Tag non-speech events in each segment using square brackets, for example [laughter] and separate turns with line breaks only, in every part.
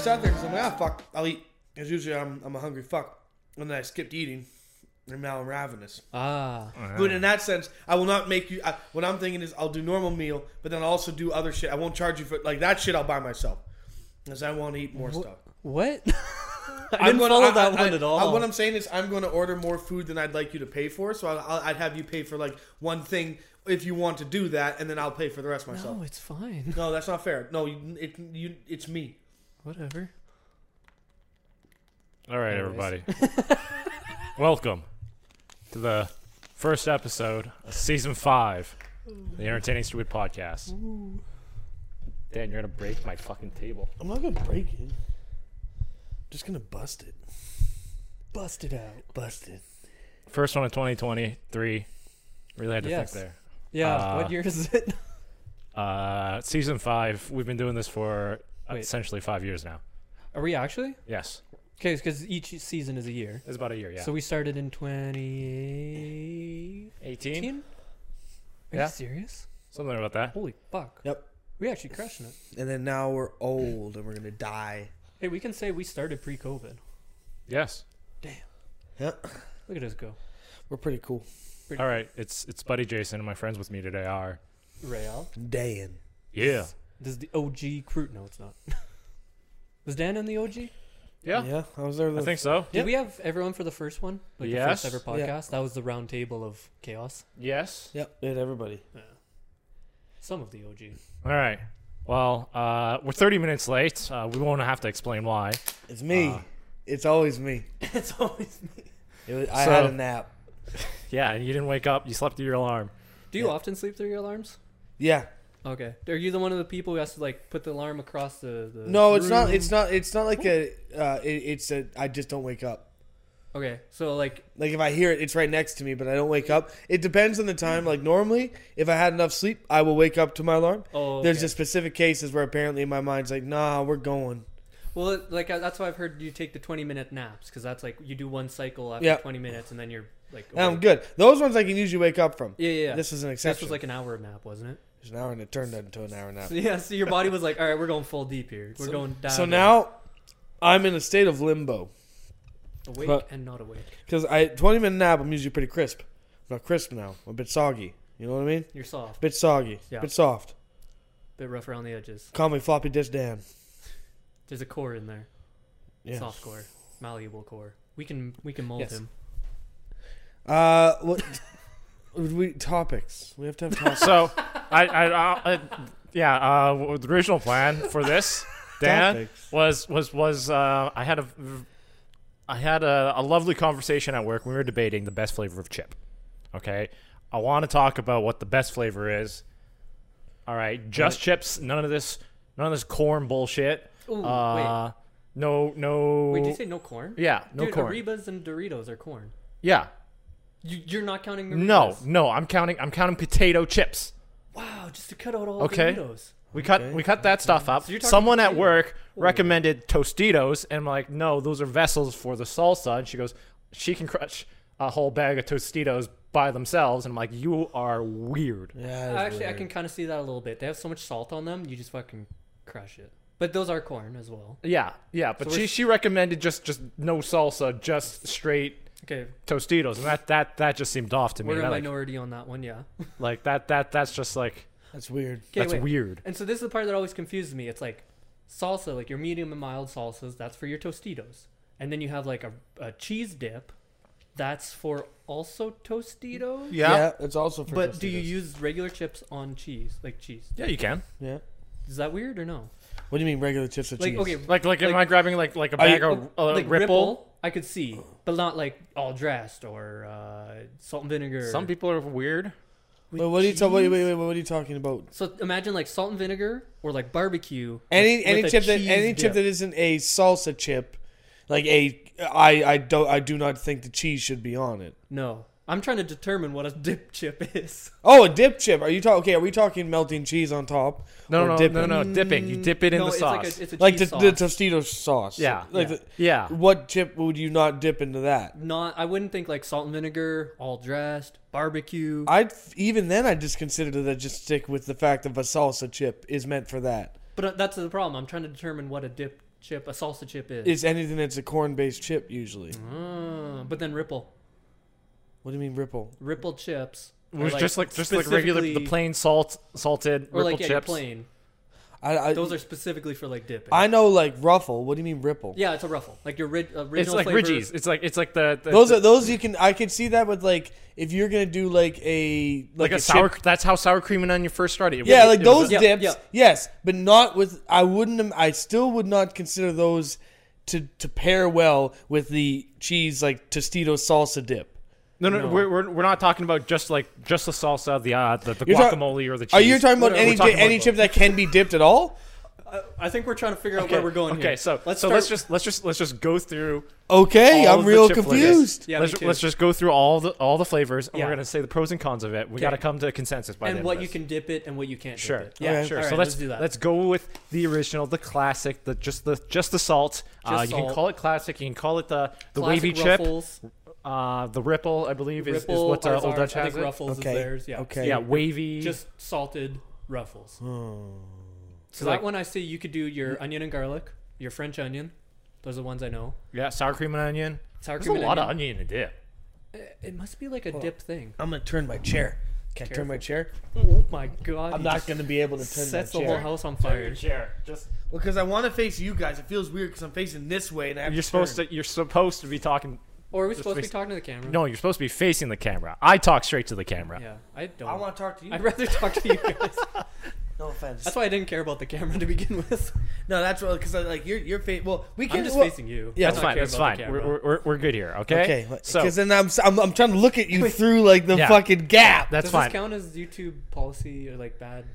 ah, Because usually I'm, I'm a hungry fuck, and then I skipped eating, and now I'm ravenous.
Ah.
But in that sense, I will not make you. I, what I'm thinking is, I'll do normal meal, but then I'll also do other shit. I won't charge you for like that shit. I'll buy myself, because I want to eat more stuff.
What? [laughs] I didn't
I'm gonna-
follow
I-
that
I-
one
I-
at all.
I- what I'm saying is, I'm going to order more food than I'd like you to pay for. So I'll, I'll, I'd have you pay for like one thing if you want to do that, and then I'll pay for the rest myself.
no,
No,
it's fine. [laughs]
that's not fair. No, you, it, you, it's me.
Whatever.
All right,
Anyways.
everybody. [laughs] Welcome to the first episode of season five, of the Entertaining Stupid Podcast. Dan, you're gonna break my fucking table.
I'm not gonna break it. just gonna bust it.
Bust it out.
Bust it.
First one of 2023. Really had to
Yes.
think
Yeah.
Uh,
what year is it? [laughs]
there. Uh, season five. We've been doing this for uh,
Wait.
essentially five years now.
Are we actually?
Yes,
Okay, because each season is a year.
it's about a year. Yeah.
So we started in 2018.
18,
Are
Yeah.
you serious?
something about that.
Holy fuck.
Yep.
We actually crushing it.
And then now we're old and we're gonna die.
Hey, we can say we started pre-COVID.
Yes.
Yep.
Look at us go.
We're pretty cool.
All right. It's it's Buddy Jason and my friends with me today are
Real.
Dayin.
yeah
This is the OG crew. No, it's not. [laughs] Was Dan in the OG? Did
yeah.
Yeah, I was there.
I think so.
Yep.
we have everyone for the first one? Like
Yes.
the first ever
Yeah.
podcast? That was the round table of chaos.
Yes.
Yep, did everybody.
Some of the [laughs] OG.
All right. Well, uh, we're 30 minutes late. Uh, we won't have to explain why.
It's me.
Ah.
it's always me.
it's always me.
It was, I
So-
had a nap.
Yeah, and you didn't wake up. You slept through your alarm.
Do you
Yeah.
often sleep through your alarms?
Yeah.
Okay. Are you the one of the people who has to like put the alarm across the? the
No, it's not.
room?
It's not. It's not like a. Uh, it, it's a. I just don't wake up.
Okay, so like
Like if I hear it, it's right next to me, but I don't wake up. It depends on the time. Like normally, if I had enough sleep, I will wake up to my alarm.
oh,
There's
okay.
just specific cases where apparently my mind's like, nah, we're going.
well, it- like I- that's why I've heard you take the twenty minute naps because that's like you do one cycle after
Yeah.
twenty minutes and then you're like
And I'm
awake.
good. Those ones I can usually wake up from.
Yeah, yeah. yeah.
This is an
This
exception.
was like an hour nap, wasn't it?
There's an hour and it turned into an hour nap.
So, [laughs] yeah. So your body was like, all right, we're going full deep here. We're
So-
going down.
So now, I'm in a state of limbo.
awake
but-
and not awake.
Because I 20 minute nap, I'm usually pretty crisp. I'm not crisp now. I'm a bit soggy. You know what I mean?
You're soft,
bit soggy.
Yeah.
bit soft.
bit rough around the edges.
Call me floppy disk Dan.
There's a core in there,
Yeah.
soft core, malleable core. We can we can mold
Yes.
him.
Uh, what? would we topics. We have
[laughs]
to have topics.
So, [laughs] I, I, I, I- yeah, uh, w- the original plan for [laughs] this, Dan,
Topics.
was was was uh, I had a, I had a, a lovely conversation at work. We were debating the best flavor of chip. Okay, I want to talk about what the best flavor is. All right, just chips. None of this, none of this corn bullshit.
Ooh,
uh, no, no.
wait, wait, did you say no corn?
yeah, no
Dude,
corn.
Aribas and Doritos are corn.
yeah,
You, you're not counting Doritos.
No, no, I'm counting. I'm counting potato chips.
Wow, just to cut out all
Okay.
Doritos.
We cut
Okay.
we cut that stuff up.
So you're talking
Someone at
potato.
work recommended Tostitos, and I'm like, no, those are vessels for the salsa. And she goes, she can crush a whole bag of Tostitos by themselves. And I'm like, you are weird.
Yeah. that is
Actually, I
weird.
can kind of see that a little bit. They have so much salt on them, you just fucking crush it. But those are corn as well.
Yeah, yeah. But
So
she
we're-
she recommended just just no salsa, just straight
Okay,
Tostitos, and that that that just seemed off to me.
we're
And
a
I like,
minority on that one, yeah. Okay,
like that that that's just like
That's weird.
that's
wait.
weird.
And so this is the part that always confuses me. It's like salsa, like your medium and mild salsas, that's for your Tostitos. And then you have like a, a cheese dip, that's for also Tostitos.
Yeah. it's also for.
But do you
Tostitos.
use regular chips on cheese, like cheese?
yeah, you can.
Yeah.
Is that weird or no?
What do you mean regular chips with
Like,
cheese?
okay,
Like like, am
Like-
I grabbing like like a
Are you-
bag of uh,
like
ripple?
I could see, but not like all dressed or uh, salt and vinegar.
Some people are weird.
with
Wait, what are you talking? Wait,
cheese.
wait, wait. What are you talking about?
So imagine like salt and vinegar or like barbecue.
Any
with
any
a
chip that
cheese
any chip
dip.
that isn't a salsa chip, like a I I don't I do not think the cheese should be on it.
No, I'm trying to determine what a dip chip is. [laughs]
Oh, a dip chip. Are you talking? Okay, are we talking melting cheese on top?
No,
or
no,
dipping?
no, no, dipping. You dip it in
no,
the
it's
sauce.
Like a, it's a
Like the,
cheese
the
sauce.
Tostitos sauce.
Yeah.
Like
Yeah.
the-
yeah.
what chip would you not dip into that?
not. I wouldn't think like salt and vinegar, all dressed, barbecue.
I'd even then I'd just consider that I'd just stick with the fact of a salsa chip is meant for that.
but uh, that's the problem. I'm trying to determine what a dip chip a salsa chip is.
It's anything that's a corn-based chip usually.
Ah, but then Ripple,
What do you mean ripple?
Ripple chips.
It
are,
was just like just like regular the
specifically-
plain salt salted
or
ripple
like yeah, your
chips.
plain.
I, I
Those are specifically for like dipping.
I know like ruffle. What do you mean ripple?
yeah, it's a ruffle. Like your rid, original
It's like
flavors.
Ridgies. It's like it's like the, the
Those
the-
are those you can I could see that with like if you're gonna do like a
like,
like,
a, sour.
chip-
That's how sour cream and onion first started. It
yeah,
was-
like
it was
those
Yeah,
dips.
yeah.
Yes, but not with. I wouldn't. am- I still would not consider those to to pair well with the cheese like Tostitos salsa dip.
a- no, no,
No.
We're, we're, we're not talking about just like just the salsa, the uh, the, the
You're talk-
guacamole or the cheese.
Are you talking about
We're
any
talking
di- any
about
chip that can be dipped at all?
I think we're trying to figure out
both.
where we're going
Okay,
here.
so
let's
let's so
start,
let's just let's just let's just go through.
Okay,
all
I'm
of the
real
chip flavors.
confused.
Yeah, me
let's,
too.
let's just go through all the all the flavors, and
Yeah.
we're gonna say the pros and cons of it. We
Okay.
gotta come to a consensus by the
and
end
what
of
you
this.
can dip it and what you can't.
Sure.
Dip it. Yeah,
Okay.
sure.
All
All
so
right,
let's,
let's do that.
Let's go with the original, the classic, the just the just the salt. uh,
Just
you can
salt.
call it classic. You can call it the the
Classic
wavy
ruffles,
chip. Uh, the ripple, I believe, is,
Ripple
is what uh,
ours
Old
are.
Dutch
I
has.
think
It.
ruffles
Okay.
is theirs. Yeah.
Okay.
Yeah, wavy.
Just salted ruffles. So
like-
that one I see you could do your onion and garlic, your French onion. Those are the ones I know.
yeah, sour cream and onion.
Sour
There's
cream
a
and
lot
onion.
of onion in a dip.
Uh, It must be like a dip thing.
I'm gonna turn my chair. Can I turn my chair?
Oh my god.
I'm
you
not
just
gonna be able to turn my
sets the whole
chair.
house on fire.
chair. Just
Well, because I want to face you guys. It feels weird because I'm facing this way, and I have
you're supposed to you're supposed to be talking.
Or are we
Just
supposed to be
face-
talking to the camera?
No, you're supposed to be facing the camera. I talk straight to the camera.
Yeah, I don't.
I want to talk to you.
I'd rather talk to you guys.
no offense.
That's why I didn't care about the camera to begin with.
no, that's what because like you're you're fa- well. We can
I'm just
well,
facing you.
yeah,
I
That's
don't
fine.
care
That's
about
fine.
the
We're,
camera.
we're, we're, we're good here. Okay.
Okay,
So
because then I'm, s- I'm I'm trying to look at you through like the
Yeah.
fucking gap.
that's
Does
fine.
this count as YouTube policy or like bad?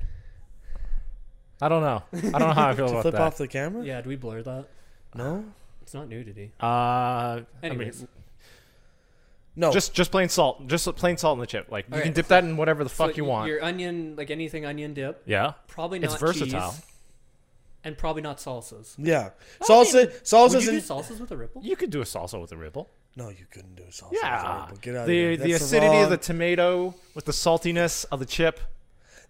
I don't know. I don't know how I feel
to
about
flip
that.
off the camera?
Yeah, do we blur that?
No,
It's not nudity.
Uh,
Anyways,
I mean,
no.
just just plain salt, just plain salt in the chip. Like you can
Alright.
dip that in whatever the
so
fuck you
y-
want.
Your onion, like anything onion dip,
Yeah,
probably not.
it's versatile.
cheese, and probably not salsas.
yeah,
I
salsa
mean,
salsa's
Would you
in-
do salsas with a ripple?
You could do a salsa with a ripple.
No, you couldn't do a salsa.
Yeah,
but get out
the
of here.
the
That's
acidity of the
wrong-
tomato with the saltiness of the chip.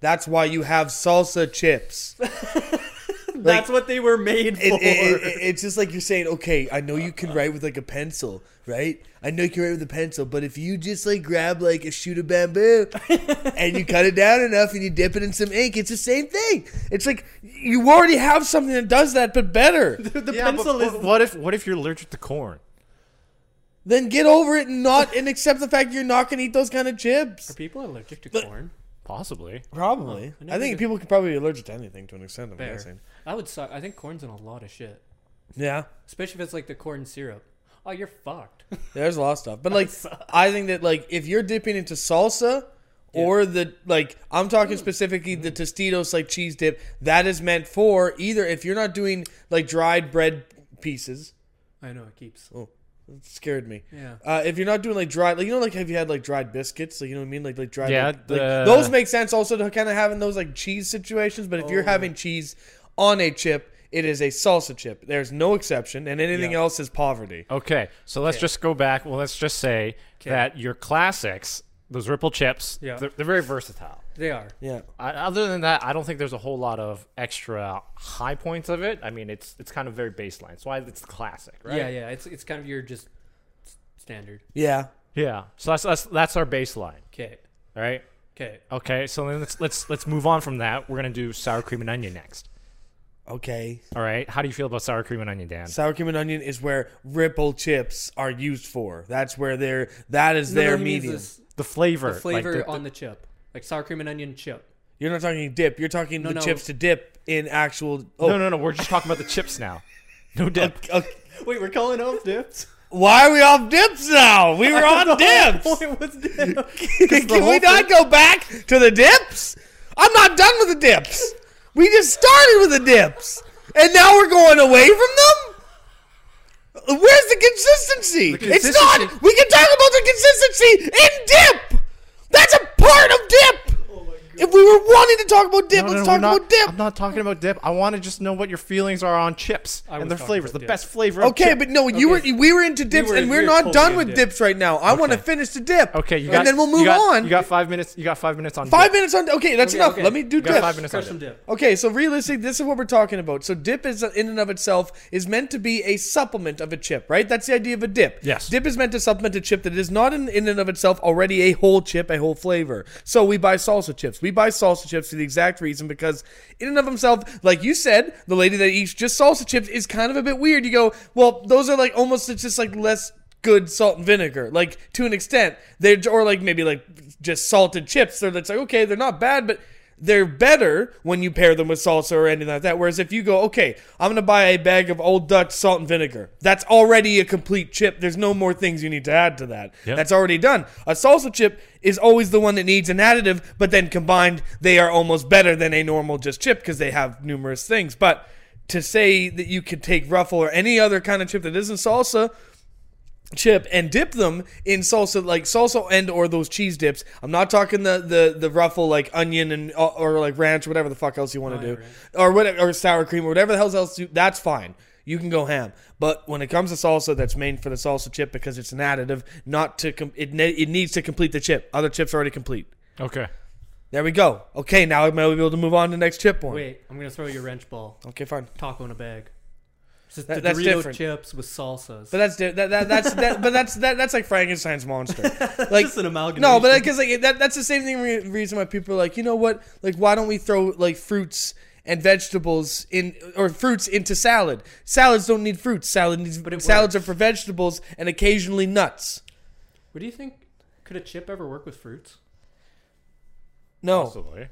That's why you have salsa chips. It-
That's what they were made for.
it- it- it- it's just like you're saying, okay, I know you can write with like a pencil, right? I know you can write with a pencil, but if you just like grab like a shoot of bamboo and you cut it down enough and you dip it in some ink, it's the same thing. It's like you already have something that does that, but better.
the
Yeah, but
pencil
wh-
is.
What if what if you're allergic to corn?
then get over it and not and accept the fact you're not going to eat those kind of
Are
chips.
people allergic to corn?
Possibly.
Probably.
I never
I think
did-
people could probably be allergic to anything to an extent. I'm
Fair.
guessing.
That would suck. I think corn's in a lot of shit,
Yeah.
especially if it's like the corn syrup. Oh, you're fucked. [laughs]
There's a lot of stuff, but like I think that like if you're dipping into salsa or the like, I'm talking specifically the Tostitos like cheese dip that is meant for either if you're not doing like dried bread pieces.
I know it keeps.
It scared me.
Yeah.
Uh, if you're not doing like dried, like you know, like have you had like dried biscuits? Like you know what I mean? Like like dried.
Yeah,
like,
the-
like, those make sense also to kind of having those like cheese situations. But if you're
Oh.
having cheese on a chip, it is a salsa chip. There's no exception, and anything
Yeah.
else is poverty.
Okay, so let's just go back. Well, let's just say that your classics, those ripple chips,
Yeah.
they're, they're very versatile.
They are.
Yeah.
I, other than that, I don't think there's a whole lot of extra high points of it. I mean, it's it's kind of very baseline. That's why it's the classic, right?
Yeah, yeah. It's it's kind of your just s- standard.
Yeah.
Yeah. So that's that's, that's our baseline,
Okay.
right?
Okay.
Okay. So then let's let's let's move on from that. We're gonna do sour cream and onion next.
Okay.
All right. How do you feel about sour cream and onion, Dan?
Sour cream and onion is where ripple chips are used for. That's where they're that is their medium.
The flavor,
the flavor
like the-
on the chip, like sour cream and onion chip.
You're not talking dip. You're talking
No,
the
no.
chips to dip in actual. Oh,
no, no, no. We're just talking about the chips now. [laughs] No dip.
okay.
Wait, we're calling off [laughs] dips.
Why are we off dips now? We were
[laughs]
on dips.
What's dip?
[laughs] Can we not go back to the dips? I'm not done with the dips. We just started with the dips, and now we're going away from them. Where's the consistency? It's
consistency-
not. We can talk about the consistency in dip. That's a part of dip. If we were wanting to talk about dip.
No, no,
Let's
no,
talk
we're not-
about dip.
I'm not talking about dip. I want to just know what your feelings are on chips
I
and
was
their
talking
flavors.
about
The
dip.
best flavor. of
Okay,
chip.
but no, you were we were into dips,
were-
and
we
we're
were
not
totally
done
in
with
dip.
dips right now. I want to finish the dip.
okay, you
and
got.
then we'll
you
move
got-
on.
You got five minutes. You got five minutes on
five
dip.
minutes on. Okay, that's
Okay,
enough.
okay.
Let me do
You
got
dips.
five minutes.
Crush
on
some
it.
dip.
Okay, so realistic, this is what we're talking about. So dip is uh, in and of itself is meant to be a supplement of a chip, right? That's the idea of a dip.
Yes.
Dip is meant to supplement a chip that is not in, in and of itself already a whole chip, a whole flavor. So we buy salsa chips. We buy salsa chips for the exact reason because in and of himself, like you said, the lady that eats just salsa chips is kind of a bit weird. You go, well, those are like almost it's just like less good salt and vinegar, like to an extent. They're or like maybe like just salted chips. They're it's like okay, they're not bad, but they're better when you pair them with salsa or anything like that. Whereas if you go, okay, I'm gonna buy a bag of Old Dutch salt and vinegar. That's already a complete chip. There's no more things you need to add to that.
Yeah.
That's already done. A salsa chip is always the one that needs an additive, but then combined, they are almost better than a normal just chip because they have numerous things. But to say that you could take ruffle or any other kind of chip that isn't salsa chip and dip them in salsa like salsa and or those cheese dips i'm not talking the the the ruffle like onion and uh, or, like ranch whatever the fuck else you want to do or whatever or sour cream or whatever the hell else you, that's fine you can go ham but when it comes to salsa that's made for the salsa chip because it's an additive not to com- it, ne- it needs to complete the chip other chips are already complete
Okay.
there we go okay now i'm able to move on to the next chip one
Oh, Wait, I'm gonna throw you a wrench ball.
okay fine
Taco in a bag. It's just
That-
the
that's
Dorito
different.
chips with salsas.
but that's di- that, that that's that, but that's that, that's like frankenstein's monster like
just an amalgamation.
No, but because like that, that's the same thing. Re- reason why people are like, you know what? Like, why don't we throw like fruits and vegetables in or fruits into salad? Salads don't need fruits. Salad needs
But it
salads
works.
are for vegetables and occasionally nuts.
what do you think? Could a chip ever work with fruits
No,
Possibly.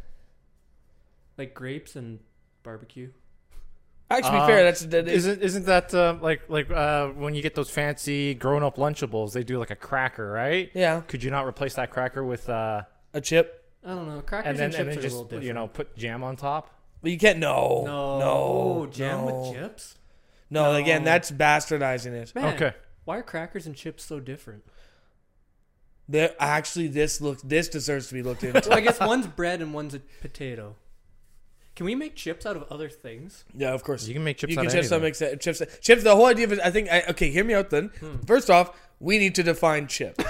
like grapes and barbecue?
actually, to
Uh,
be fair. That's that is,
Isn't isn't that uh, like like uh, when you get those fancy grown up Lunchables? They do like a cracker, right?
yeah
Could you not replace that cracker with uh,
a chip,
I don't know. Crackers and,
and then
chips
and then
are a
just
little different.
you know put jam on top?
but you can't. No,
no,
no, no.
jam with chips.
No, again,
No.
that's bastardizing it.
Man,
Okay.
Why are crackers and chips so different?
There, actually, this looks this deserves to be looked into.
[laughs] Well, I guess one's bread and one's a potato. Can we make chips out of other things?
Yeah, of course.
You can make chips
You
out
can
of
chips some
anything.
except chips. Chips. The whole idea of it, I think. I, okay, hear me out. Then,
Hmm.
first off, we need to define
[laughs]
chip.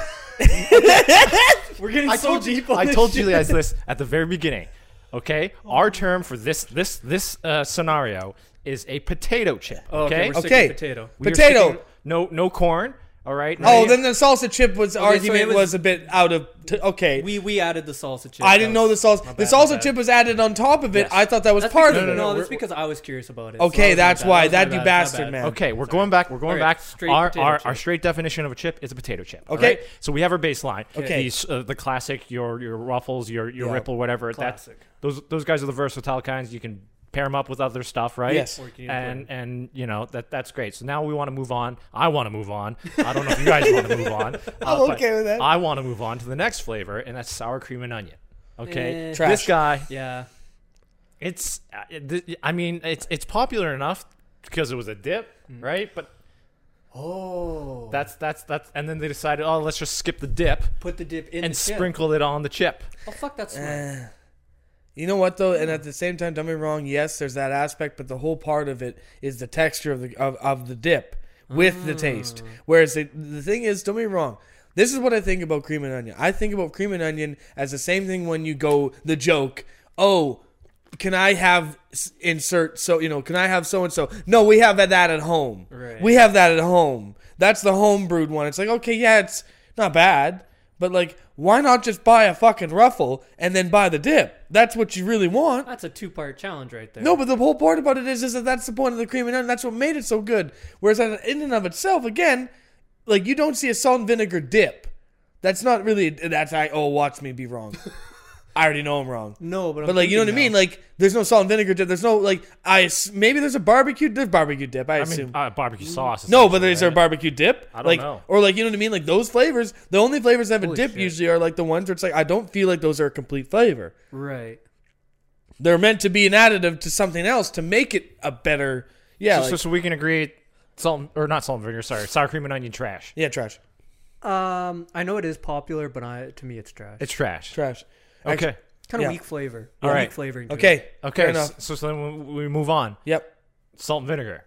We're getting
I told you, I told you guys this at the very beginning. Okay, our term for this this this uh, scenario is a potato chip.
Oh, okay,
Okay,
we're sticking
Okay.
with potato.
We are
potato.
sticking- no, no corn. All right. no-
Oh, then the salsa chip was
so
argument
it
was,
was-
a bit out of. T- okay,
We we added the salsa chip.
I didn't know the salsa. the
bad, my
salsa
bad.
chip was added on top of it.
Yes.
I thought that was
That's
part
because,
of it.
no,
no,
that's
we're-
because I was curious about it.
Okay,
So that
that's
was my bad.
why.
was my
That, you
bad. My
bastard,
bad.
man.
Okay, we're going back. We're going
All right,
back.
straight
our,
potato
our,
chip.
our straight definition of a chip is a potato chip. all
Okay.
right? So we have our baseline.
Okay.
These, uh, the classic, your your ruffles, your your
Yeah.
ripple, whatever.
Classic.
That, those those guys are the versatile kinds. You can pair them up with other stuff, right?
Yes.
Or you can
And and you know that that's great. So now we want to move on. I want to move on. I don't know if you guys want to move
[laughs]
on. Uh,
I'm
but
okay with that.
I want to move on to the next flavor, and that's sour cream and onion. Okay.
Eh.
Trash.
This guy,
Yeah.
it's, uh, th- I mean, it's it's popular enough because it was a dip,
Mm.
right? But
Oh.
that's that's that's, and then they decided, oh, let's just skip the dip
Put the dip in
and
the chip.
sprinkle it on the chip.
Oh fuck,
Eh.
that's smart.
You know what though, and at the same time, don't be wrong. Yes, there's that aspect, but the whole part of it is the texture of the of, of the dip with the taste. Whereas the, the thing is, don't be wrong. This is what I think about cream and onion. I think about cream and onion as the same thing when you go the joke. Oh, can I have s- insert so you know? Can I have so and so? No, we have that at home.
Right.
We have that at home. That's the home brewed one. It's like okay, yeah, it's not bad, but like, why not just buy a fucking ruffle and then buy the dip? That's what you really want.
That's a two-part challenge right there.
No, but the whole part about it is, is that that's the point of the cream and onion. That's what made it so good. Whereas that in and of itself, again, like you don't see a salt and vinegar dip. That's not really. That's I. Oh, watch me be wrong. I already know I'm wrong.
No, but I'm
But like you know what I
thinking
mean?
now.
Like there's no salt and vinegar dip. There's no like I. ass- Maybe there's a barbecue. There's barbecue dip. I,
I
assume. Mm.
mean, uh, barbecue sauce.
no, but
essentially,
is there
right?
barbecue dip?
I don't
like,
know.
Or like you know what I mean? Like those flavors. The only flavors that have a
Holy
dip
shit.
usually are like the ones where it's like I don't feel like those are a complete flavor.
right.
They're meant to be an additive to something else to make it a better. Yeah,
so,
like-
so, so we can agree, salt and- or not salt and vinegar. Sorry, sour cream and onion trash.
yeah, trash,
Um, I know it is popular, but I to me it's trash.
It's trash.
trash.
Okay.
Kind
Yeah.
of weak flavor.
All
weak
right.
flavoring. to it.
Okay.
Okay,
Fair
s-
enough.
so, so then we we move on.
Yep.
Salt and vinegar.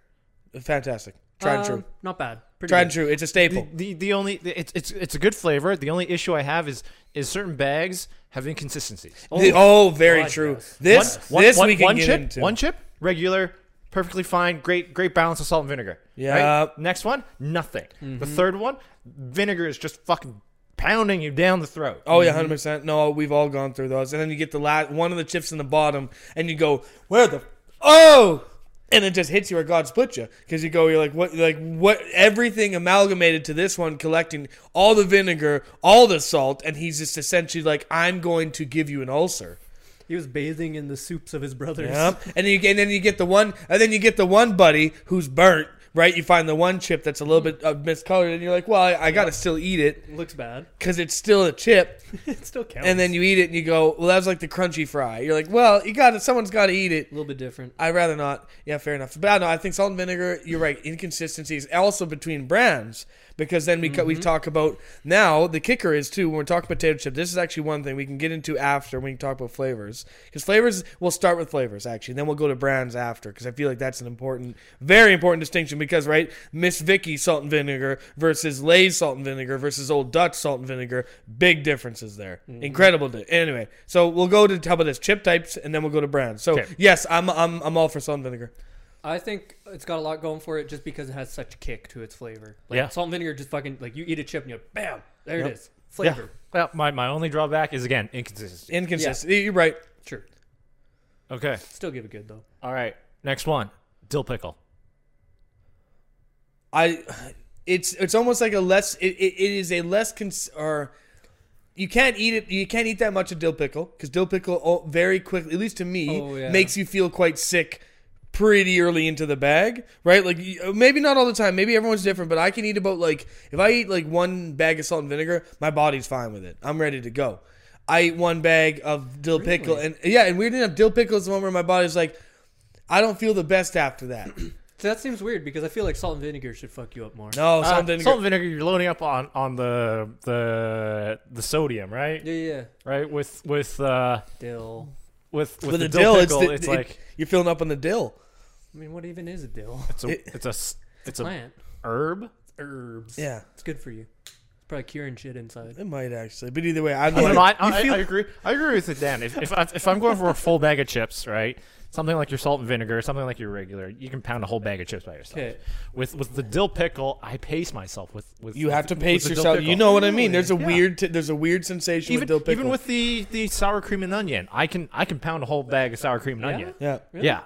Fantastic. Tried and
Um,
true.
Not bad. Pretty
Tried
good.
and true. It's a
The,
staple.
the the only it's it's it's a good flavor. The only issue I have is is certain bags have inconsistencies.
The- oh, very
God,
true.
yes.
This
one,
this
one-
we can
one
get
chip,
into.
one chip, regular, perfectly fine, great great balance of salt and vinegar.
Yeah. Mm-hmm.
Next one, nothing. The third one, vinegar is just fucking pounding you down the throat.
Oh yeah, hundred percent. No, we've all gone through those. And then you get the last one of the chips in the bottom, and you go, "Where the oh?" And it just hits you, or God split you, because you go, you're like, "What? Like what?" Everything amalgamated to this one, collecting all the vinegar, all the salt, and he's just essentially like, "I'm going to give you an ulcer."
He was bathing in the soups of his brothers.
Yep. And then you and then you get the one, and then you get the one buddy who's burnt. Right, you find the one chip that's a little bit uh, miscolored, and you're like, "Well, I, I gotta still eat it
[laughs] Looks bad. [laughs]
because it's still a chip."
it still counts.
and then you eat it and you go, well, that was like the crunchy fry. You're like, well, you got to Someone's got to eat it.
a little bit different.
I'd rather not. Yeah, fair enough. But I know I think salt and vinegar. You're right. Inconsistencies also between brands because then we cut we talk about now the kicker is too when we're talking potato chip. This is actually one thing we can get into after when we talk about flavors because flavors we'll start with flavors actually and then we'll go to brands after because I feel like that's an important, very important distinction because right Miss Vicky salt and vinegar versus Lay's salt and vinegar versus Old Dutch salt and vinegar big differences there. Incredible. Di- anyway, so we'll go to how about this chip types and then we'll go to brands. So
Okay.
Yes, I'm I'm I'm all for salt and vinegar.
I think it's got a lot going for it just because it has such kick to its flavor. Like
Yeah.
salt and vinegar just fucking like you eat a chip and you bam, there
Yep.
it is. Flavor.
Well, my, my only drawback is again inconsistency.
Inconsistent. You're right.
Sure.
Okay.
Still give it good though.
All right. Next one, dill pickle.
I it's it's almost like a less it, it, it is a less cons or you can't eat it you can't eat that much of dill pickle because dill pickle oh, very quickly at least to me
Oh, yeah.
makes you feel quite sick pretty early into the bag right like you- maybe not all the time maybe everyone's different but i can eat about like if i eat like one bag of salt and vinegar my body's fine with it i'm ready to go i eat one bag of dill pickle and yeah and weird enough dill pickle is the one where my body's like i don't feel the best after that [clears throat]
So that seems weird because I feel like salt and vinegar should fuck you up more.
no
Uh,
"Oh, salt and vinegar
salt and vinegar, you're loading up on, on the the the sodium, right?
Yeah, yeah.
Right with with uh,
Dill.
with with,
with
the
a
dill,
dill,
pickle,
it's, the,
it's
it-
like
you're filling up on the dill.
I mean, what even is a dill?
it's a it's a s- it's a
Plant.
herb.
Herbs.
Yeah, Oh,
It's good for you. It's probably curing shit inside.
it might actually, but either way, I'm
No,
like,
no, I, I, I agree. I agree with it, Dan. If if, I, if I'm going for a full bag of chips, right, something like your salt and vinegar, something like your regular, you can pound a whole bag of chips by yourself.
Okay.
With with the dill pickle, I pace myself with with.
you have to
with
pace
the dill
yourself.
pickle.
You know what I mean? There's a
Yeah.
weird, t- there's a weird sensation
Even
with dill pickle.
even with the the sour cream and onion, I can I can pound a whole bag of sour cream and
Yeah?
onion.
yeah,
Really?
Yeah.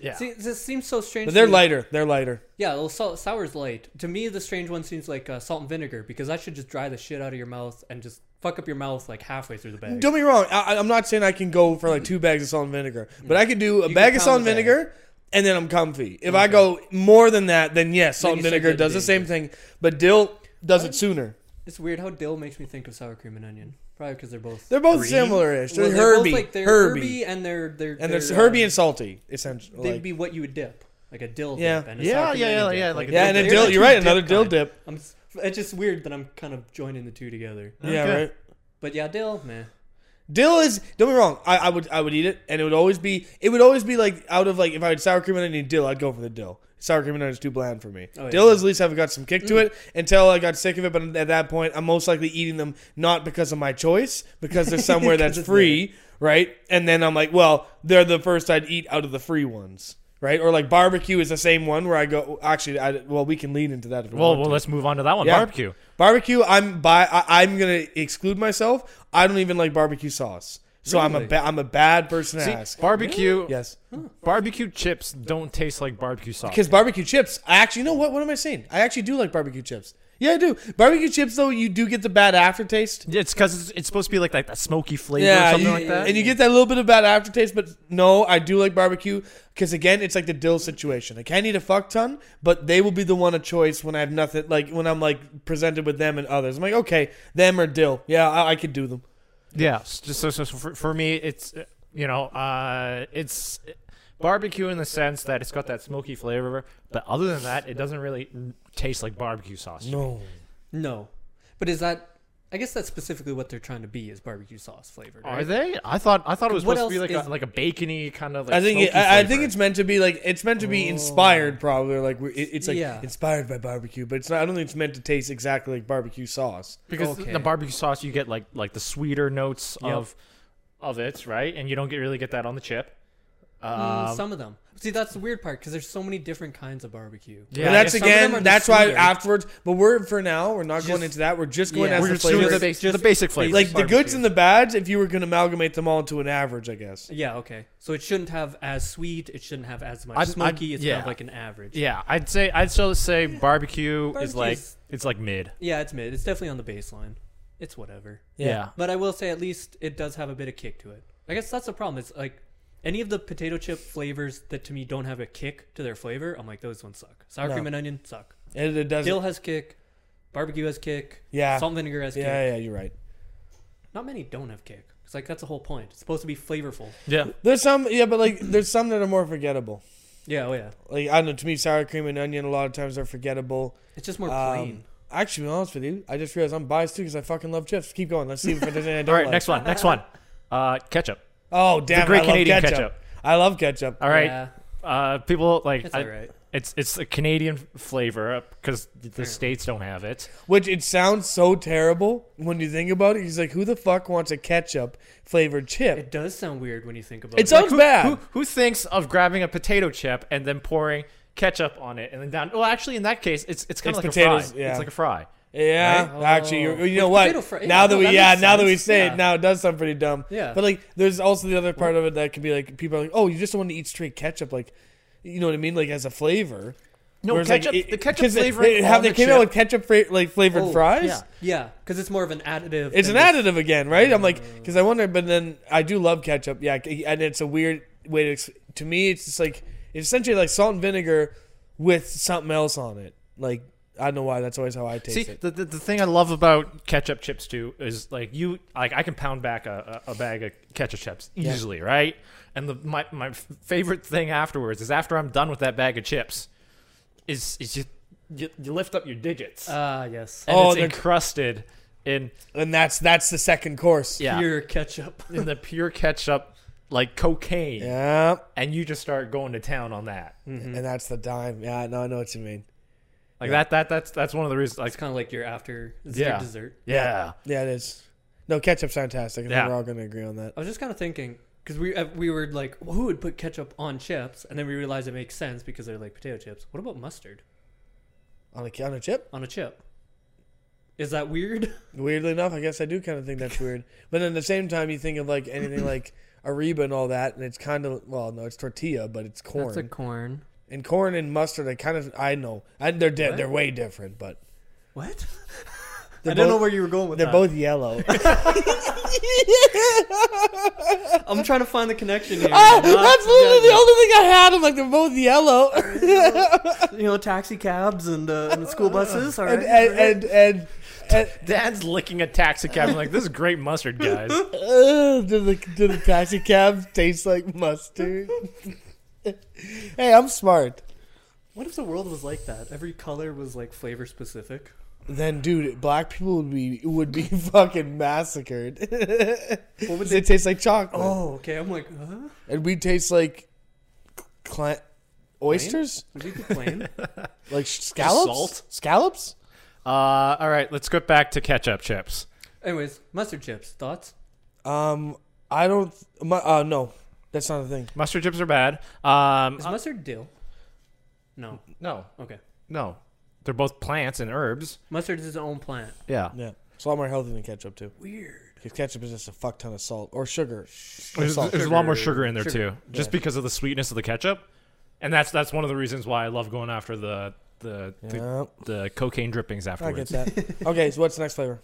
Yeah.
See, this seems so strange.
but
to
they're
me.
lighter. They're lighter.
Yeah, well, salt, sour's light. To me, the strange one seems like uh, salt and vinegar because that should just dry the shit out of your mouth and just fuck up your mouth like halfway through the bag.
Don't be wrong. I, I- I'm not saying I can go for like two bags of salt and vinegar, but I could do a
You
bag
can
of salt and
pound a bag.
vinegar, and then I'm comfy. If I go more than that, then yes, salt
Then you
and
start
vinegar
getting
does the same thing, but dill does it sooner.
It's weird how dill makes me think of sour cream and onion. Probably because they're both
They're both
Green?
similar-ish. They're
well, they're
herby,
both, like, they're
herby,
and they're they're
and they're
uh,
herby and salty, essentially.
they'd
Like-
be what you would dip like a dill
Yeah.
dip and a
Yeah,
sour cream
yeah,
and onion
yeah, yeah,
dip.
like a
yeah, and a
they're
dill.
the
You're
two
right. Another
dip
dill
kind.
dip.
I'm s- it's just weird that I'm kind of joining the two together.
Yeah,
Okay.
right.
But yeah, dill, man.
Dill is don't be wrong. I, I would I would eat it, and it would always be it would always be like out of like if I had sour cream and onion dill, I'd go for the dill. Sour cream and onion is too bland for me.
Oh, yeah.
Dill is at least have got some kick to it until I got sick of it. But at that point, I'm most likely eating them not because of my choice, because they're somewhere that's
it's
free, right? And then I'm like, well, they're the first I'd eat out of the free ones, right? Or like barbecue is the same one where I go. Actually, I, well, we can lean into that. If we
Well,
want
well,
to.
let's move on to that one.
Yeah.
Barbecue.
Barbecue, I'm by I, I'm gonna exclude myself. I don't even like barbecue sauce, so I'm a
Really?
ba- I'm a bad person to
See, oh,
ask.
barbecue.
yes,
Barbecue chips don't taste like barbecue sauce.
because barbecue chips. I actually, you know what? What am I saying? I actually do like barbecue chips. Yeah, I do. Barbecue chips, though, you do get the bad aftertaste.
It's because it's, it's supposed to be like like that smoky flavor
Yeah,
or something
you-
like that.
and you get that little bit of bad aftertaste. But no, I do like barbecue because again, it's like the dill situation. I can't eat a fuck ton, but they will be the one of choice when I have nothing. Like when I'm like presented with them and others, I'm like, okay, them or dill. Yeah, I, I could do them.
yeah, s- just so, so, so for, for me, it's uh, you know, uh, it's barbecue in the sense that it's got that smoky flavor, but other than that, it doesn't really taste like barbecue sauce.
No.
No, but is that I guess that's specifically what they're trying to be is barbecue sauce flavored.
Are
right?
they? I thought I thought it was
What
supposed to be
else is-
like a like a bacony kind of. Like
I think it,
smoky
I, I
flavor. Oh.
think it's meant to be like it's meant to be inspired, probably. Like we're- it, it's like
Yeah.
inspired by barbecue, but it's not. I don't think it's meant to taste exactly like barbecue sauce.
because
Okay.
the barbecue sauce you get like like the sweeter notes
Yep.
of of it, right? And you don't get really get that on the chip.
Mm,
Um,
some of them. See, that's the weird part because there's so many different kinds of barbecue.
Yeah,
and that's
I guess some of them are
again,
the
that's why
sweeter.
afterwards. But we're for now, we're not going
Just-
into that. We're just going
yeah.
as
we're
the
just doing
flavors,
the,
Just-
the basic flavors.
like the
barbecue.
goods and the bads. If you were going to amalgamate them all to an average, I guess.
Yeah, okay. So it shouldn't have as sweet. It shouldn't have as much
I'd- I'd-
smoky. it's kind
yeah.
of like an average.
yeah, I'd say I'd still say barbecue is like
Barbecue's-
it's like mid.
Yeah, it's mid. It's definitely on the baseline. It's whatever.
Yeah.
But I will say at least it does have a bit of kick to it. I guess that's the problem. It's like any of the potato chip flavors that to me don't have a kick to their flavor, I'm like, those ones suck. Sour
No.
cream and onion suck.
And it does.
Dill has kick. Barbecue has kick.
Yeah.
Salt and vinegar has kick.
Yeah, yeah, you're right.
Not many don't have kick. It's like that's the whole point. It's supposed to be flavorful.
Yeah.
There's some, yeah, but like there's some that are more forgettable.
Yeah, oh yeah.
Like I don't know. To me, sour cream and onion a lot of times are forgettable.
It's just more
Um,
plain.
Actually, to be honest with you, I just realized I'm biased too because I fucking love chips. Keep going. Let's see if there's any I don't
[laughs] All right,
like.
next one.
[laughs]
Next one. Uh, ketchup.
Oh damn! I
great
love
Canadian
ketchup.
ketchup.
I love ketchup.
All right.
Yeah,
Uh, people like
it's
I-
all right.
It's it's a Canadian flavor because the states don't have it.
Which it sounds so terrible when you think about it. He's like, who the fuck wants a ketchup flavored chip?
It does sound weird when you think about
It
it.
sounds bad.
Who who thinks of grabbing a potato chip and then pouring ketchup on it and then down? Well, actually, in that case, it's it's kind of
It's
like a
potatoes,
fry.
yeah.
It's like a fry.
yeah,
Right?
actually,
Oh.
you're, you know
With
what?
potato fry- yeah,
now that
no,
we
that
yeah,
makes
now that we
sense.
say
Yeah.
it, now it does sound pretty dumb.
Yeah.
but like, there's also the other part of it that can be like people are like, oh, you just don't want to eat straight ketchup, like, you know what I mean, like as a flavor.
No,
Whereas, like,
ketchup.
it-
the ketchup
'cause it-
flavoring.
They, have
on
they
the
came
chip,
out with ketchup fra- like flavored
Oh,
fries?
yeah.
Yeah, because it's more of an additive.
It's an
than just-
additive again, right? I'm like, because I wonder, but then I do love ketchup, yeah, and it's a weird way to. ex- To me, it's just like it's essentially like salt and vinegar with something else on it. Like I don't know why that's always how I taste
See,
it.
the, the, the thing I love about ketchup chips too is like you like I can pound back a, a, a bag of ketchup chips easily, right? And the my, my f- favorite thing afterwards is after I'm done with that bag of chips, is is you you, you lift up your digits
Ah, yes.
and
Oh,
it's
they're-
encrusted in
And that's that's the second course.
yeah
Pure ketchup. [laughs]
in the pure ketchup like cocaine,
Yeah,
and you just start going to town on that.
and that's the dime. Yeah, no, I know what you mean.
Like that that that's that's one of the reasons.
It's
Like
kind of like your after it's
Yeah.
your dessert.
yeah,
Yeah, it is. No, ketchup's fantastic. I
Yeah.
think we're all going to agree on that.
I was just kind of thinking because we uh, we were like, well, who would put ketchup on chips? And then we realized it makes sense because they're like potato chips. What about mustard
On a, on a chip?
on a chip? Is that weird? [laughs]
Weirdly enough, I guess I do kind of think that's weird. But then at the same time, you think of like anything like Ariba and all that, and it's kind of, well, no, it's tortilla, but it's corn.
corn.
And corn and mustard, I kind of I know I, they're di- they're way different, but [laughs]
What?
They're
I don't know
both-
where you were going with
they're
that.
both [laughs] yellow.
I'm trying to find
[laughs]
the connection here.
Ah,
Not
that's literally the
judging.
only thing I had. I'm like they're both yellow,
you know, taxi cabs and, uh, and school buses. All
[laughs]
right.
and, and, and and and
Dad's licking a taxi cab. I'm like this is great mustard,
[laughs]
guys.
uh, do the do the taxi cabs taste like mustard? [laughs] hey, I'm smart.
what if the world was like that? Every color was like flavor specific.
Then, dude, black people would be would be [laughs] fucking massacred. [laughs]
What would
they taste like chocolate,
Oh, okay. I'm like, huh?
and we taste like cl- oysters,
Would you be
[laughs]
plain?
like scallops,
salt?
scallops.
Uh, all right, let's get back to ketchup chips.
Anyways, mustard chips. Thoughts?
Um, I don't. My, uh, no, that's not a thing.
Mustard chips are bad. Um,
Is mustard dill? No.
no,
Okay.
no, they're both plants and herbs.
Mustard is its own plant.
Yeah,
Yeah, it's a lot more healthy than ketchup too.
Weird.
Because ketchup is just a fuck ton of salt or sugar.
there's,
Salt.
there's a lot more sugar in there
Sugar.
too, just because of the sweetness of the ketchup, and that's that's one of the reasons why I love going after the the the,
Yeah,
the cocaine drippings
I get
afterwards.
that. okay, so what's the next flavor?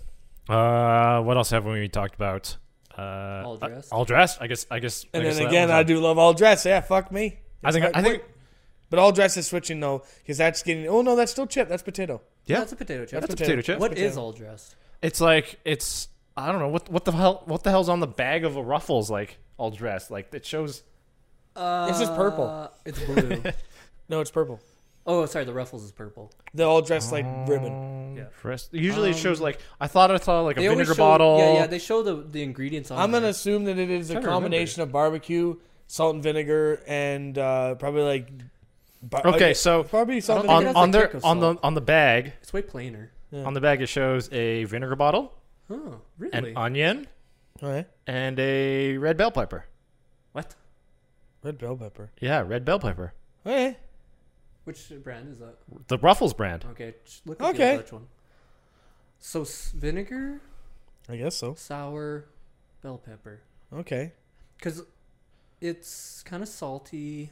Uh, what else have we talked about? Uh,
All dressed.
uh, all dressed. I guess. I guess.
And
I guess
then
that
again,
one's
I
up.
do love all dress. Yeah, fuck me.
I think. I think.
But all dress is switching though, because that's getting. Oh no, that's still chip. That's potato.
Yeah.
That's a potato chip.
That's a potato chip.
What
potato.
is all dressed?
It's like it's. I don't know what what the hell what the hell's on the bag of a ruffles like all dressed like it shows.
Uh,
This is purple.
It's blue.
[laughs]
No, it's purple.
oh, sorry. The Ruffles is purple.
The all dress like ribbon.
Yeah.
Fris- Usually it shows
Um,
like I thought I saw like a
They always
vinegar
show-
bottle.
Yeah, yeah. They show the the
Oh.
ingredients on.
I'm gonna
there.
assume that it is a
Trying to remember.
combination of barbecue, salt and vinegar, and uh, probably like. bar-
okay,
uh,
so
probably
don't
something.
think
on
that's
on
the
their
kick of
on the on the bag
It's way plainer.
Yeah.
on the bag it shows a vinegar bottle,
Oh,
an
really?
onion,
Alright.
and a red bell pepper.
what?
Red bell pepper.
Yeah, red bell pepper.
Okay.
Which brand is that?
The Ruffles brand.
Okay, ch- look at
Okay.
the Dutch one. So s- vinegar,
I guess so.
sour, bell pepper,
Okay.
because it's kind of salty.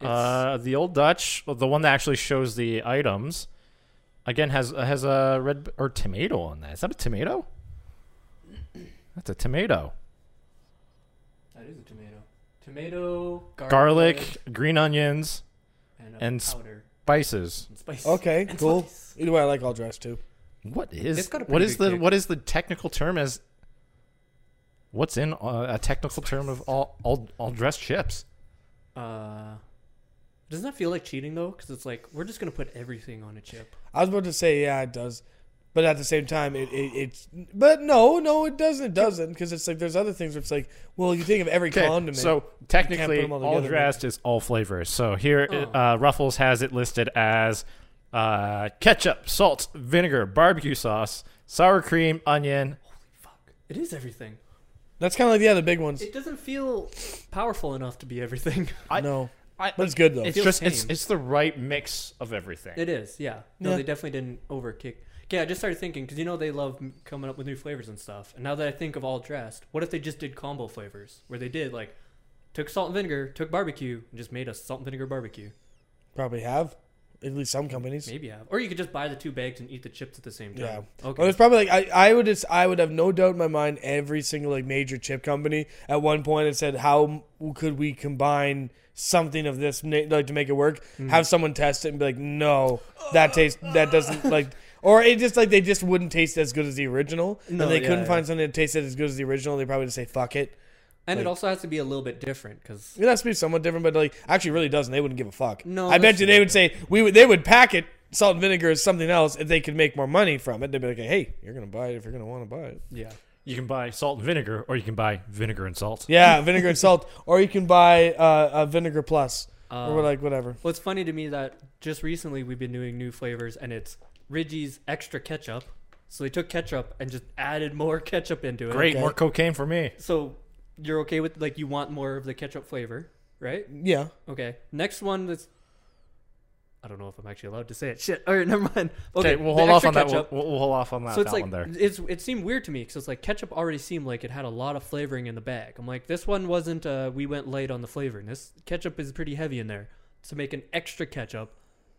It's,
Uh, the old Dutch, the one that actually shows the items, again has has a red or tomato on that. Is that a tomato? That's a tomato.
that is a tomato. Tomato,
Garlic, green onions,
and, a
and
powder
spices.
and spice.
Okay.
and
cool.
spice.
Either way, I like all dressed too.
What is
It's got a
what
pretty
is
big
the
kick.
what is the technical term as? What's in uh, a technical term of all all all dressed chips?
Uh, doesn't that feel like cheating though? Because it's like we're just gonna put everything on a chip.
I was about to say yeah, it does, but at the same time, it, it it's but no, no, it doesn't. It doesn't because it's like there's other things where it's like, well, you think of every
Okay,
condiment.
so
put
technically,
'em all
all,
together, right?
dressed is all flavors. So here, uh, Ruffles has it listed as uh, ketchup, salt, vinegar, barbecue sauce, sour cream, onion.
Fuck, it is everything.
that's kind of like the other big ones.
It doesn't feel powerful enough to be everything. [laughs]
I-
no,
I,
but it's good though.
it's
feels
just it's
tame.
it's the right mix of everything.
It is, yeah. No,
Yeah.
they definitely didn't overkick. Yeah, I just started thinking because you know they love m- coming up with new flavors and stuff. And now that I think of all dressed, what if they just did combo flavors where they did like took salt and vinegar, took barbecue, and just made a salt and vinegar barbecue?
Probably have at least some companies.
Maybe have, or you could just buy the two bags and eat the chips at the same time.
Yeah.
Okay.
Well, it's probably like I, I would just I would have no doubt in my mind every single like major chip company at one point had said how m- could we combine something of this na- like to make it work
Mm-hmm.
have someone test it and be like no that tastes that
[laughs]
doesn't like or it just like they just wouldn't taste as good as the original
No,
and they
yeah,
couldn't
yeah.
find something that tasted as good as the original they probably just say fuck it
and
like-
it also has to be a little bit different because
it has to be somewhat different but like actually really doesn't they wouldn't give a fuck
No,
I bet
that's
you they would say we would they would pack it salt and vinegar is something else if they could make more money from it they'd be like hey you're gonna buy it if you're gonna want to buy it
yeah,
You can buy salt and vinegar, or you can buy vinegar and salt.
[laughs] Yeah, vinegar and salt, or you can buy uh, a vinegar plus
uh,
or like whatever.
well, it's funny to me that just recently we've been doing new flavors and it's Ridgie's extra ketchup. So they took ketchup and just added more [laughs] ketchup into it.
Great,
Okay.
more cocaine for me.
So you're okay with like you want more of the ketchup flavor, right?
[laughs] Yeah,
Okay. Next one that's I don't know if I'm actually allowed to say it. [laughs] Shit. All right, never mind.
Okay, we'll hold
the
off
extra
on that. We'll,
ketchup.
we'll we'll hold off on that,
so it's
that
like
one there.
it's it seemed weird to me because it's like ketchup already seemed like it had a lot of flavoring in the bag. I'm like, this one wasn't. Uh, we went light on the flavoring. This ketchup is pretty heavy in there. To make an extra ketchup,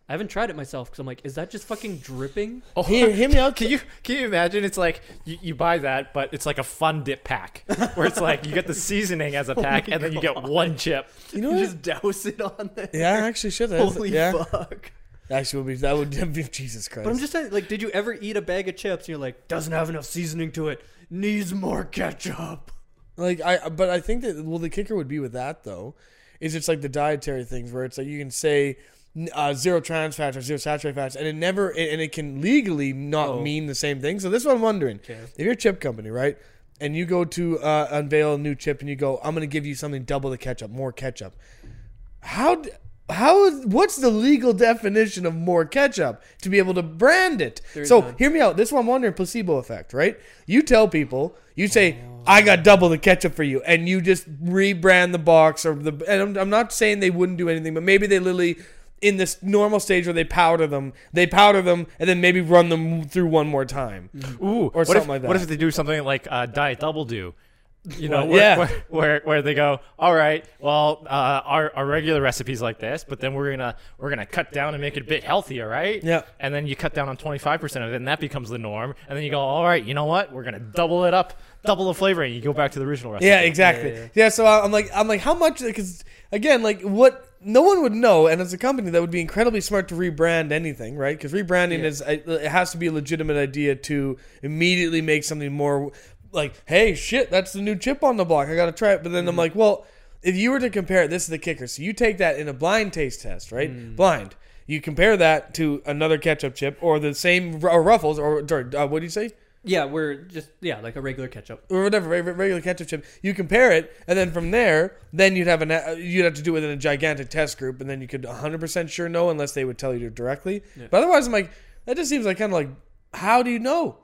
I haven't tried it myself because I'm like, is that just fucking dripping?
[laughs]
Oh, [laughs]
Hear- hear me out.
Can you can you imagine? It's like you, you buy that, but it's like a fun dip pack, where it's like you get the seasoning [laughs] as a pack, and then you get one chip.
you know what?
[laughs] just douse it on there.
Yeah, actually, shit. That is,
Holy
yeah,
fuck.
actually, would be that would [laughs] be Jesus Christ.
But I'm just saying, like, did you ever eat a bag of chips and you're like, doesn't have enough seasoning to it, needs more ketchup?
like I, but I think that well, the kicker would be with that though, is it's like the dietary things where it's like you can say. n- Uh, zero trans fats or zero saturated fats, and it never it, and it can legally not
Oh.
mean the same thing. So this is what I'm wondering:
Okay.
if you're a chip company, right, and you go to uh, unveil a new chip and you go, I'm going to give you something double the ketchup, more ketchup. How d- how is- what's the legal definition of more ketchup to be able to brand it?
There is
so
none.
hear me out. This one, I'm wondering placebo effect, right? You tell people, you say, I got double the ketchup for you, and you just rebrand the box or the. And I'm, I'm not saying they wouldn't do anything, but maybe they literally. In this normal stage where they powder them, they powder them and then maybe run them through one more time.
Mm-hmm.
Ooh,
Or
what
something
if,
like
What
that.
if they do something like uh, Diet Double Do? You know,
Well,
where,
yeah.
where, where where they go? All right, well, uh, our our regular recipes like this, but then we're gonna we're gonna cut down and make it a bit healthier, right?
Yeah.
And then you cut down on twenty five percent of it, and that becomes the norm. And then you go, all right, you know what? We're gonna double it up, double the flavoring. You go back to the original recipe.
[laughs] Yeah, exactly. Yeah,
Yeah, yeah, yeah.
so I- I'm like, I'm like, how much? Because again, like, what? No one would know, and as a company, that would be incredibly smart to rebrand anything, right? Because rebranding
Yeah.
is it has to be a legitimate idea to immediately make something more like, hey, shit, that's the new chip on the block. I gotta try it. But then
Mm-hmm.
I'm
Mm.
like, well, if you were to compare, it, this is the kicker. So you take that in a blind taste test, right? Blind. You compare that to another ketchup chip or the same or Ruffles or sorry, uh, what do you say?
Yeah, we're just yeah, like a regular ketchup.
or whatever re- re- regular ketchup chip. You compare it, and then from there, then you'd have an uh, you'd have to do it in a gigantic test group, and then you could 100 percent sure know unless they would tell you directly. But otherwise, I'm like, that just seems like kind of like, how do you know?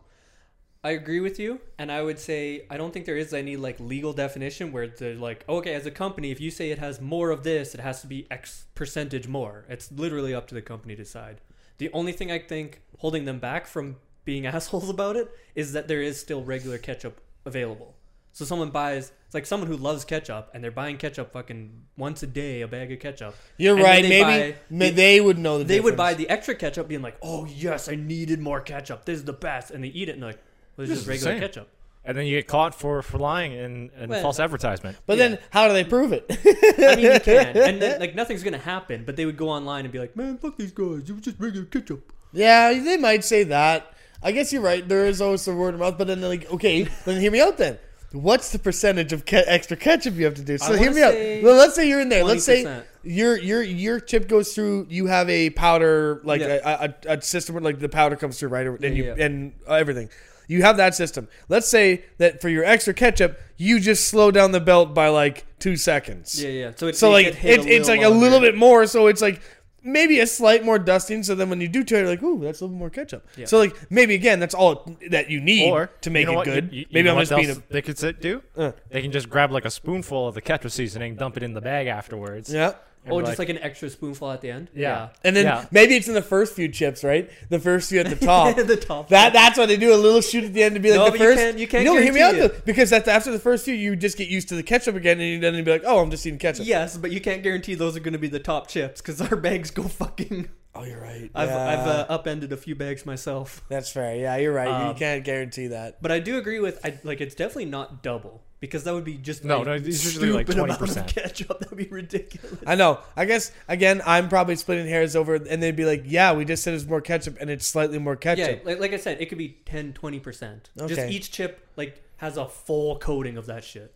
I agree with you, and I would say I don't think there is any like legal definition where they're like, okay, as a company, if you say it has more of this, it has to be X percentage more. It's literally up to the company to decide. The only thing I think holding them back from being [laughs] assholes about it is that there is still regular ketchup available. So someone buys, it's like someone who loves ketchup and they're buying ketchup fucking once a day, a bag of ketchup.
You're
And then
right.
they
Maybe
buy
ma- they would know. The
they would buy the extra ketchup, being like, "Oh yes, I needed more ketchup. This is the best," and they eat it and they're like, well, "This,
is
is regular
insane.
ketchup."
And then you get caught for, for lying and, and
Well,
false advertisement.
But then, how do they prove it?
I mean, you can, and then like nothing's gonna happen. But they would go online and be like, "Man, fuck these guys. It was just regular ketchup."
yeah, they might say that. I guess you're right. There is always the word of mouth. But then, they're like, okay, then hear me out. Then, what's the percentage of ke- extra ketchup you have to do? So
I
hear
wanna
me out.
say
Well, let's say you're in there. Let's say
20%.
your your your chip goes through. You have a powder like
Yeah.
a, a, a system where like the powder comes through right, and you
yeah.
and uh, everything. You have that system. Let's say that for your extra ketchup, you just slow down the belt by like two seconds.
Yeah, yeah. So it's
So like it, it's like a little bit more. So it's like maybe a slight more dusting. So then when you do try, you're like, ooh, that's a little bit more ketchup.
Yeah.
So like maybe again, that's all that you need
Or
to make
you know
it
what?
good.
You- you- you
maybe
know
I'm
what
just being a
else They could sit, do.
Uh.
They can just grab like a spoonful of the ketchup seasoning, dump it in the bag afterwards.
yeah.
and
Oh,
be
just like an extra spoonful at the end.
yeah.
And then
Yeah.
maybe it's in the first few chips, right? The first few at the [laughs] top.
[laughs] the top.
That that's why they do a little shoot at the end to be like
No,
the
but you
first.
can't- you can't
no, hear me out
guarantee
though, because that's after the first few, you just get used to the ketchup again, and you- then you'd be like, oh, I'm just eating ketchup.
[laughs] Yes, but you can't guarantee those are gonna be the top chips because our bags go fucking.
Oh, you're right.
I've I've
Yeah.
uh, upended a few bags myself.
that's fair. Yeah, you're right. you
Um,
can't guarantee that.
But I do agree with I like it's definitely not double because that would be just
No,
like,
no, it's usually, like,
stupid amount of
20%.
ketchup. [laughs] That'd be ridiculous.
I know. I guess again, I'm probably splitting hairs over, and they'd be like, "Yeah, we just said it's more ketchup, and it's slightly more
Yeah,
ketchup."
like, like I said, it could be 10, 20 percent. Just
Okay.
each chip like has a full coating of that shit.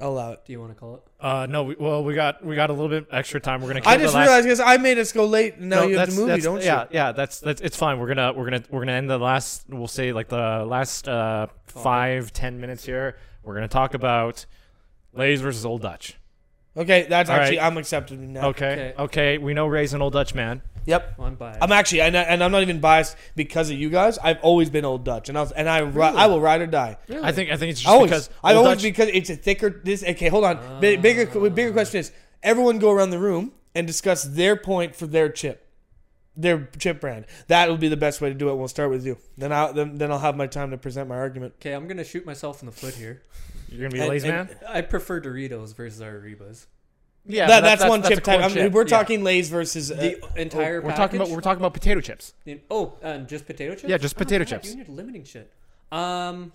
I'll allow it.
Do you want to call it?
Uh, no, we, well, we got we got a little bit extra time. We're gonna. Keep
I just
the last,
realized because I made us go late, and now
No,
you have
that's-
the movie,
that's-
don't you?
Yeah, yeah. That's that's it's fine. We're gonna we're gonna we're gonna end the last. We'll say like the last uh, five ten minutes here. We're gonna talk about Lays versus Old Dutch.
Okay, that's
All
actually
right.
I'm accepting now.
Okay, okay. We know Ray's an Old Dutch man.
Yep.
Well, I'm biased.
I'm actually, and, I, and I'm not even biased because of you guys. I've always been old Dutch, and I was, and I, ri- I will ride or die.
I think I think it's
I
just
always,
because
I
Old
always
Dutch,
because it's a thicker. This okay, hold on. Bi- bigger, bigger question is: everyone go around the room and discuss their point for their chip, their chip brand. That will be the best way to do it. We'll start with you. Then I will then, then I'll have my time to present my argument.
okay, I'm gonna shoot myself in the foot here.
you're gonna be
and-
Lays
and-
man.
I prefer Doritos versus our Ribas.
Yeah,
that,
but
that's, one chip
a corn
type. I mean, we're
Yeah.
talking Lay's versus uh,
The entire
oh, We're
package.
talking about we're talking about potato chips.
The- oh, and just potato chips.
Yeah, just
Oh,
potato
God,
chips.
You're limiting shit. Um,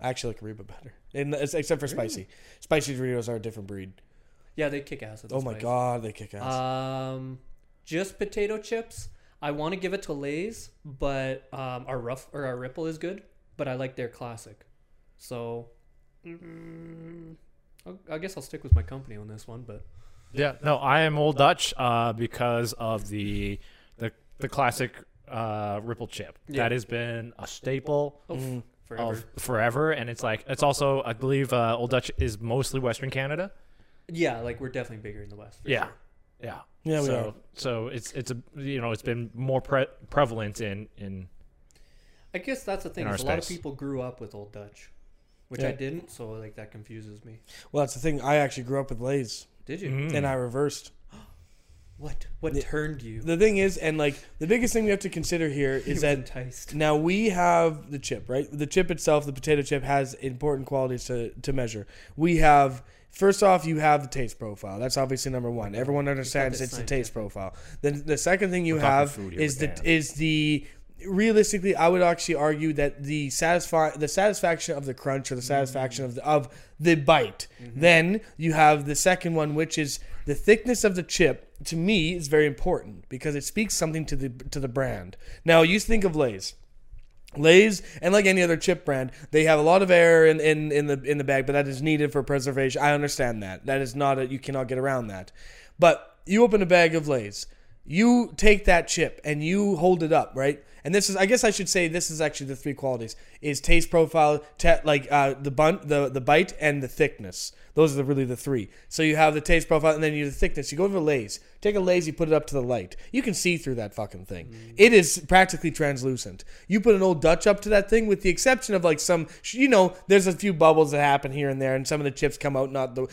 I actually like Reba better, and, it's- except for spicy. Spicy Doritos are a different breed.
yeah, they kick ass. At
Oh
this
my
place.
god, they kick ass.
Um, just potato chips. I want to give it to Lay's, but um, our rough or our Ripple is good. But I like their classic, so mm, I'll- I guess I'll stick with my company on this one. But
Yeah, no, I am Old Dutch uh, because of the the the classic uh, Ripple chip
Yeah.
that has been a staple
oh, forever.
of forever, and it's like it's also I believe uh, Old Dutch is mostly Western Canada.
Yeah, like we're definitely bigger in the West. for
Yeah,
sure.
yeah,
Yeah, we
so,
are.
So it's it's a you know it's been more pre- prevalent in in
I guess that's the thing.
In our
Is a lot of
space.
people grew up with Old Dutch, which
Yeah.
I didn't. So like that confuses me.
well, that's the thing. I actually grew up with Lay's,
Did you?
Mm.
and I reversed.
What? What
The-
turned you?
The thing is, and like the biggest thing we have to consider here
You [laughs]
is
were
that
enticed?
Now we have the chip, right? The chip itself, the potato chip, has important qualities to, to measure. We have first off, you have the taste profile. That's obviously number one. Everyone understands
this
it's the
scientific.
taste profile. Then the second thing you
We're talking
have
food here,
is the
damn.
is the realistically I would actually argue that the satisfy the satisfaction of the crunch or the satisfaction of the of the bite.
Mm-hmm.
Then you have the second one which is the thickness of the chip to me is very important because it speaks something to the to the brand. Now you think of Lay's. Lay's and like any other chip brand, they have a lot of air in, in, in the in the bag, but that is needed for preservation. I understand that. That is not a you cannot get around that. But you open a bag of Lay's. you take that chip and you hold it up, right? And this is, I guess, I should say, this is actually the three qualities: is taste profile, te- like uh, the bun, the the bite, and the thickness. Those are the, really the three. So you have the taste profile, and then you have the thickness. You go over Lay's, take a Lay's, you put it up to the light. You can see through that fucking thing. It is practically translucent. You put an old Dutch up to that thing, with the exception of like some, you know, there's a few bubbles that happen here and there, and some of the chips come out not the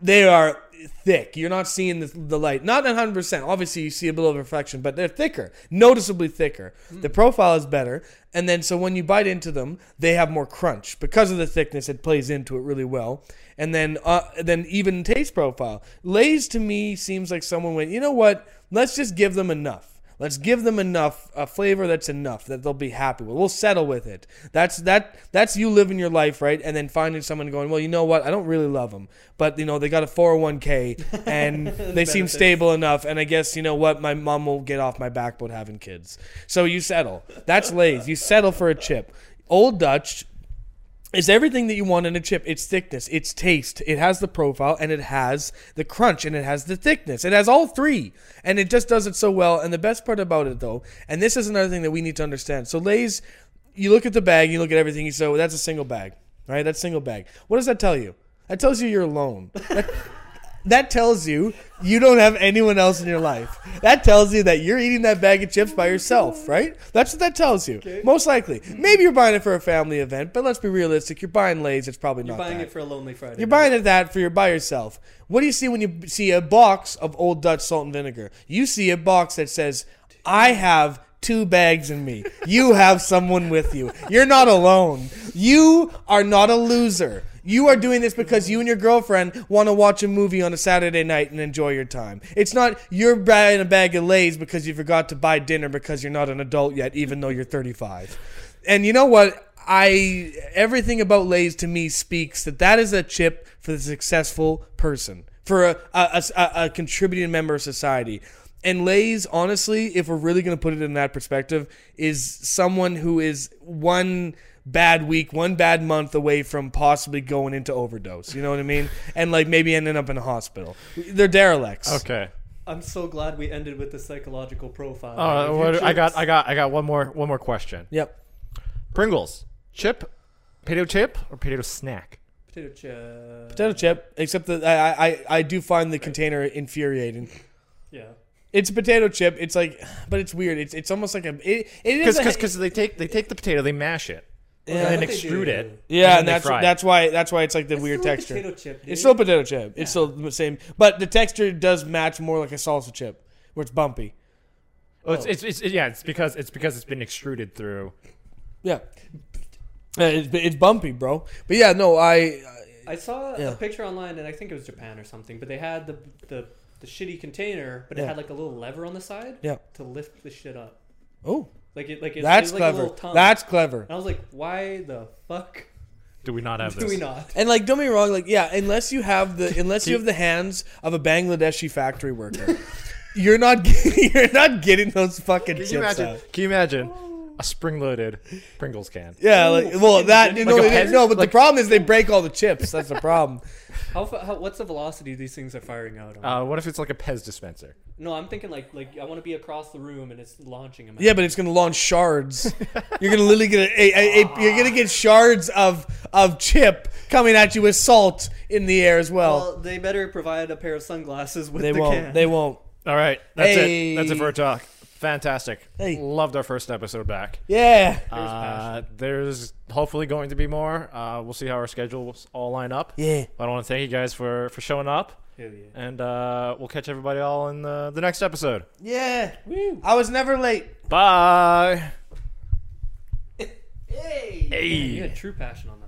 they are thick. You're not seeing the, the light. Not 100%. Obviously, you see a little of reflection, but they're thicker, noticeably thicker. The profile is better. And then, so when you bite into them, they have more crunch. Because of the thickness, it plays into it really well. And then, uh, then even taste profile. Lay's to me seems like someone went, you know what? Let's just give them enough. Let's give them enough a flavor that's enough that they'll be happy with. We'll settle with it. That's that that's you living your life, right? And then finding someone going, well, you know what? I don't really love them, but you know they got a 401k and they seem
Benefits.
stable enough. And I guess you know what? My mom will get off my back about having kids. So you settle. That's Lay's. You settle for a chip. Old Dutch it's everything that you want in a chip. It's thickness, it's taste, it has the profile, and it has the crunch, and it has the thickness. It has all three, and it just does it so well. And the best part about it, though, and this is another thing that we need to understand. So Lay's, you look at the bag, you look at everything, you say, well, that's a single bag, right? That's single bag. What does that tell you? That tells you you're alone. That- that tells you you don't have anyone else in your life. That tells you that you're eating that bag of chips by yourself, right? That's what that tells you. Most likely. Maybe you're buying it for a family event, but let's be realistic. You're buying Lay's, it's probably
You're
not
buying
that.
it for a lonely Friday.
You're
night.
buying it that for your by yourself. What do you see when you see a box of Old Dutch salt and vinegar? You see a box that says, "I have two bags in me. You have someone with you. You're not alone. You are not a loser." You are doing this because you and your girlfriend want to watch a movie on a Saturday night and enjoy your time. It's not you're buying a bag of Lay's because you forgot to buy dinner because you're not an adult yet, even though you're 35. And you know what? I everything about Lay's to me speaks that that is a chip for the successful person, for a, a, a, a contributing member of society. And Lay's, honestly, if we're really going to put it in that perspective, is someone who is one bad week, one bad month away from possibly going into overdose. You know what I mean? And like maybe ending up in a hospital. They're derelicts.
Okay.
I'm so glad we ended with the psychological profile.
Uh,
If
what,
your
I got
chips-
I got I got one more one more question.
Yep.
Pringles, chip, potato chip or potato snack?
potato chip.
Potato chip, except that I, I, I do find the container infuriating.
Yeah.
It's a potato chip. It's like, but it's weird. It's it's almost like a it, it is
Because
a,
because they take they take the potato, they mash it,
Yeah,
and
what
then
they
extrude
do-
it.
yeah,
then
and
they
that's
fry it.
that's why that's why it's like the
It's
weird
still a
texture.
Potato chip. Dude.
It's still a potato chip. It's still the same, but the texture does match more like a salsa chip, where it's bumpy.
Well, it's, it's, it's, yeah, it's because it's because it's been extruded through.
Yeah, Uh, it's, it's bumpy, bro. But yeah, no, I
I saw
Yeah.
a picture online, and I think it was Japan or something. But they had the the, the shitty container, but
Yeah.
it had like a little lever on the side
Yeah.
to lift the shit up.
oh,
Like it, like it,
that's
it was Like a
clever.
little tongue.
that's clever.
And I was like, why the fuck
Do we not have
do
this?
we not?
And like, don't be wrong. Like, yeah, unless you have the unless you have the hands of a Bangladeshi factory worker, [laughs] you're not getting, [laughs] you're not getting those fucking
Can
chips
you imagine?
out.
Can you imagine a spring-loaded Pringles can?
Yeah, like well, that you know,
Like a
it is-
pen?
no, but
Like-
the problem is they break all the chips. That's the problem.
How, fa- how what's the velocity these things are firing out? On?
Uh, what if it's like a Pez dispenser?
no, I'm thinking like like I want to be across the room and it's launching them.
Yeah, but it's gonna launch shards. You're gonna literally get a, a, a, a- you're gonna get shards of of chip coming at you with salt in the air as well.
well, they better provide a pair of sunglasses with
they
the
won't.
can.
They won't.
All right, that's
Hey.
it. That's it for our talk. Fantastic.
Hey.
Loved our first episode back.
Yeah.
Uh, there's hopefully going to be more. Uh, we'll see how our schedules all line up.
Yeah.
But I want to thank you guys for for showing up,
Hell yeah.
and uh, we'll catch everybody all in the, the next episode.
Yeah.
Woo.
I was never late.
Bye.
You had true passion on that.